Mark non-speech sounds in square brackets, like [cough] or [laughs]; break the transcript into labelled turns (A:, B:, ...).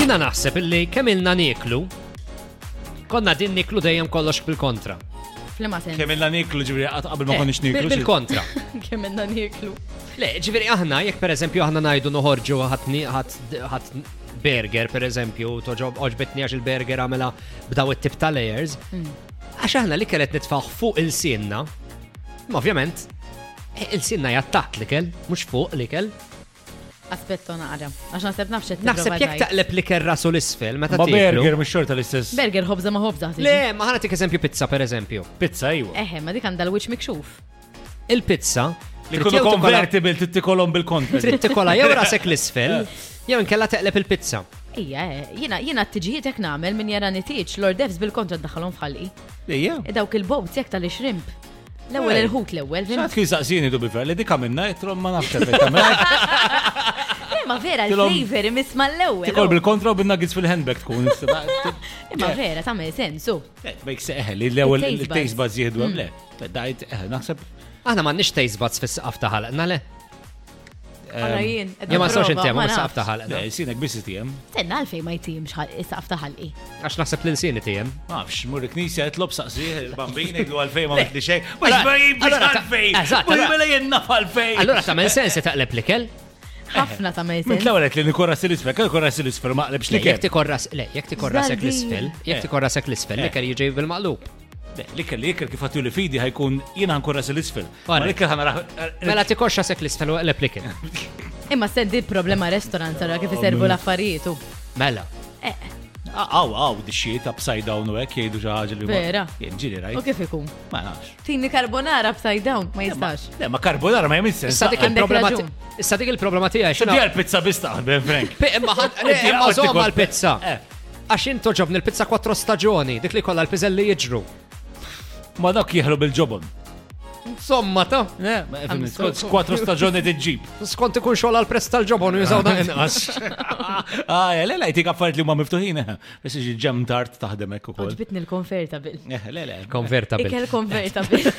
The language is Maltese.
A: Jina naħseb illi kemm ilna niklu, konna din niklu dejjem kollox bil-kontra.
B: Flima sen.
C: Kemm illa niklu ġifieri qatt qabel ma
A: Eh,
C: konniex niklu.
A: bil-
C: xi- [laughs]
A: Bil-kontra.
B: [laughs] Kemm minna niklu.
A: Le, ġifieri aħna, jekk pereżempju aħna ngħidu noħorġu ħatni ħadd burger pereżempju, toġob oġbitni għax il-burger għamela b'daw it-tip ta' layers. Għax aħna li kellet nitfaħ fuq il-sinna, ma ovvjament, eh, il-sinna jattat l-ikel, mhux fuq l-ikel.
B: Aspetto naqra. Għax naħseb nafxet.
A: Naħseb jekk taqleb li kerra sul isfel, meta
C: Ma burger
A: tiklu.
C: mhux xorta l-istess.
B: Burger ħobza ma ħobza. tiġi.
A: Le, ma ħana tik eżempju pizza pereżempju.
C: Pizza
A: Eh,
C: ejwa.
B: Eħe, ma dik għandha l-wiċ mikxuf.
A: Il-pizza.
C: Li
A: trid
C: kunu
A: jew tikola-
C: convertible tittikolhom bil-kontra.
A: Trid tikola jew rasek l-isfel, jew inkella teqleb il-pizza.
B: Ija, eh, jina, jina t-tġijiet jek namel minn jara nitiċ, Lord Devs bil-kontra d-daħalon fħalqi. E
C: Ejja.
B: Dawk il-bobs jek tal-ixrimp. L-ewel
C: Ej.
B: il-ħut l-ewel.
C: Xaħat kien saqsini dubi fer, li dik għamilna, jitrom eh, ma nafx eżattament.
B: Ma vera,
C: Tilhom-
B: il-flavor imisma
C: Tikol
B: l-ewel.
C: bil-kontra u bin-nuggets fil-handbag tkun. Eh,
B: Ma vera, tamme sensu.
C: Bejk seħ, li l-ewel
B: Il-taste buds.
C: il-taste buds jihdu
A: Hmm.
C: għamle. Dajt, eh, naħseb.
A: Aħna m'għandniex taste buds fis-saqaf ta' ħalqna le.
B: Għara jien.
A: Jew Eh, ma sawx inti ma saqaf ta' ħalqna.
C: Le, Sinek eh, biss tijem.
B: Tenna għalfej ma jtim xaqaf taħalqi.
A: Għax naħseb l-insini tiegħem.
C: Ma nafx, mur il-knisja jitlob saqsih, il-bambini jgħidu għalfej ma
A: Le.
C: għetli xej. Ma
A: Allora-
C: jibbax
A: allora ta-
C: għalfej!
A: eżatt,
C: Ma
A: allora-
C: jibbax jenna għalfej!
A: Allura ta' men sensi taqleb l-ikel,
B: ħafna ta' ma
C: Mint
B: jtim.
C: l-ewel għetli nikora s-silisfer, kħal korra s-silisfer ma
A: le,
C: qlebx li
A: jekk
C: kell.
A: tikorras, le, jekk tikorrasek
B: Zbaldi.
A: l-isfel,
C: Eh.
A: jekk tikorrasek l-isfel,
C: Eh.
A: l-ikel jiġi bil-maqlub.
C: Li kell li kell kif għattu li fidi ħajkun jina għankorra s-silisfer. Ma
A: Ora.
C: li kell ħana
A: Mela tikorrasek l-isfel u eqleb l-ikel.
B: Imma sendi problema restorant sara
A: Oh,
B: kif iservu l-affarietu.
A: Mela.
C: Ah, Aw, aw, di xiet upside down u għek jgħidu xaħġa li.
B: Vera.
C: Jgħiġiri
B: U
C: rajt.
B: kif ikun?
C: Ma nafx.
B: Tini karbonara upside down, ma jistax.
C: Le, ma karbonara ma jemmis sens.
A: Issa dik
B: għandek
A: il-problema ti-
B: raġun.
A: issa dik il-problema tiegħi
C: Xaddi
A: x'inha.
C: għal-pizza bistaħ, [laughs] ben Frank.
A: Pe- Imma ħad- le,
C: Inti
A: imma
C: għod
A: żomm
C: tikol-
A: għall-pizza.
C: Eh.
A: Għax int toġobni l-pizza quattro staġuni, dik li kollha l-piżelli jiġru.
C: Ma dak jieħlu bil-ġobon.
A: Insomma ta'
C: Eh, ma
B: I'm
C: fimni,
B: so
C: skont- Skwatru staġoni
B: [laughs]
C: t-ġib.
A: skont ikun xogħol għal-press tal-ġobon u jużaw dan inqas.
C: Eh, [laughs] Ah, le, le, jtik għaffariet li ma miftuħin. eh. Bess iġi ġem tart taħdem ekku kol.
B: Oġbitni l-convertible.
C: Eh, Le, le.
A: Konvertabil.
B: Ikel convertible.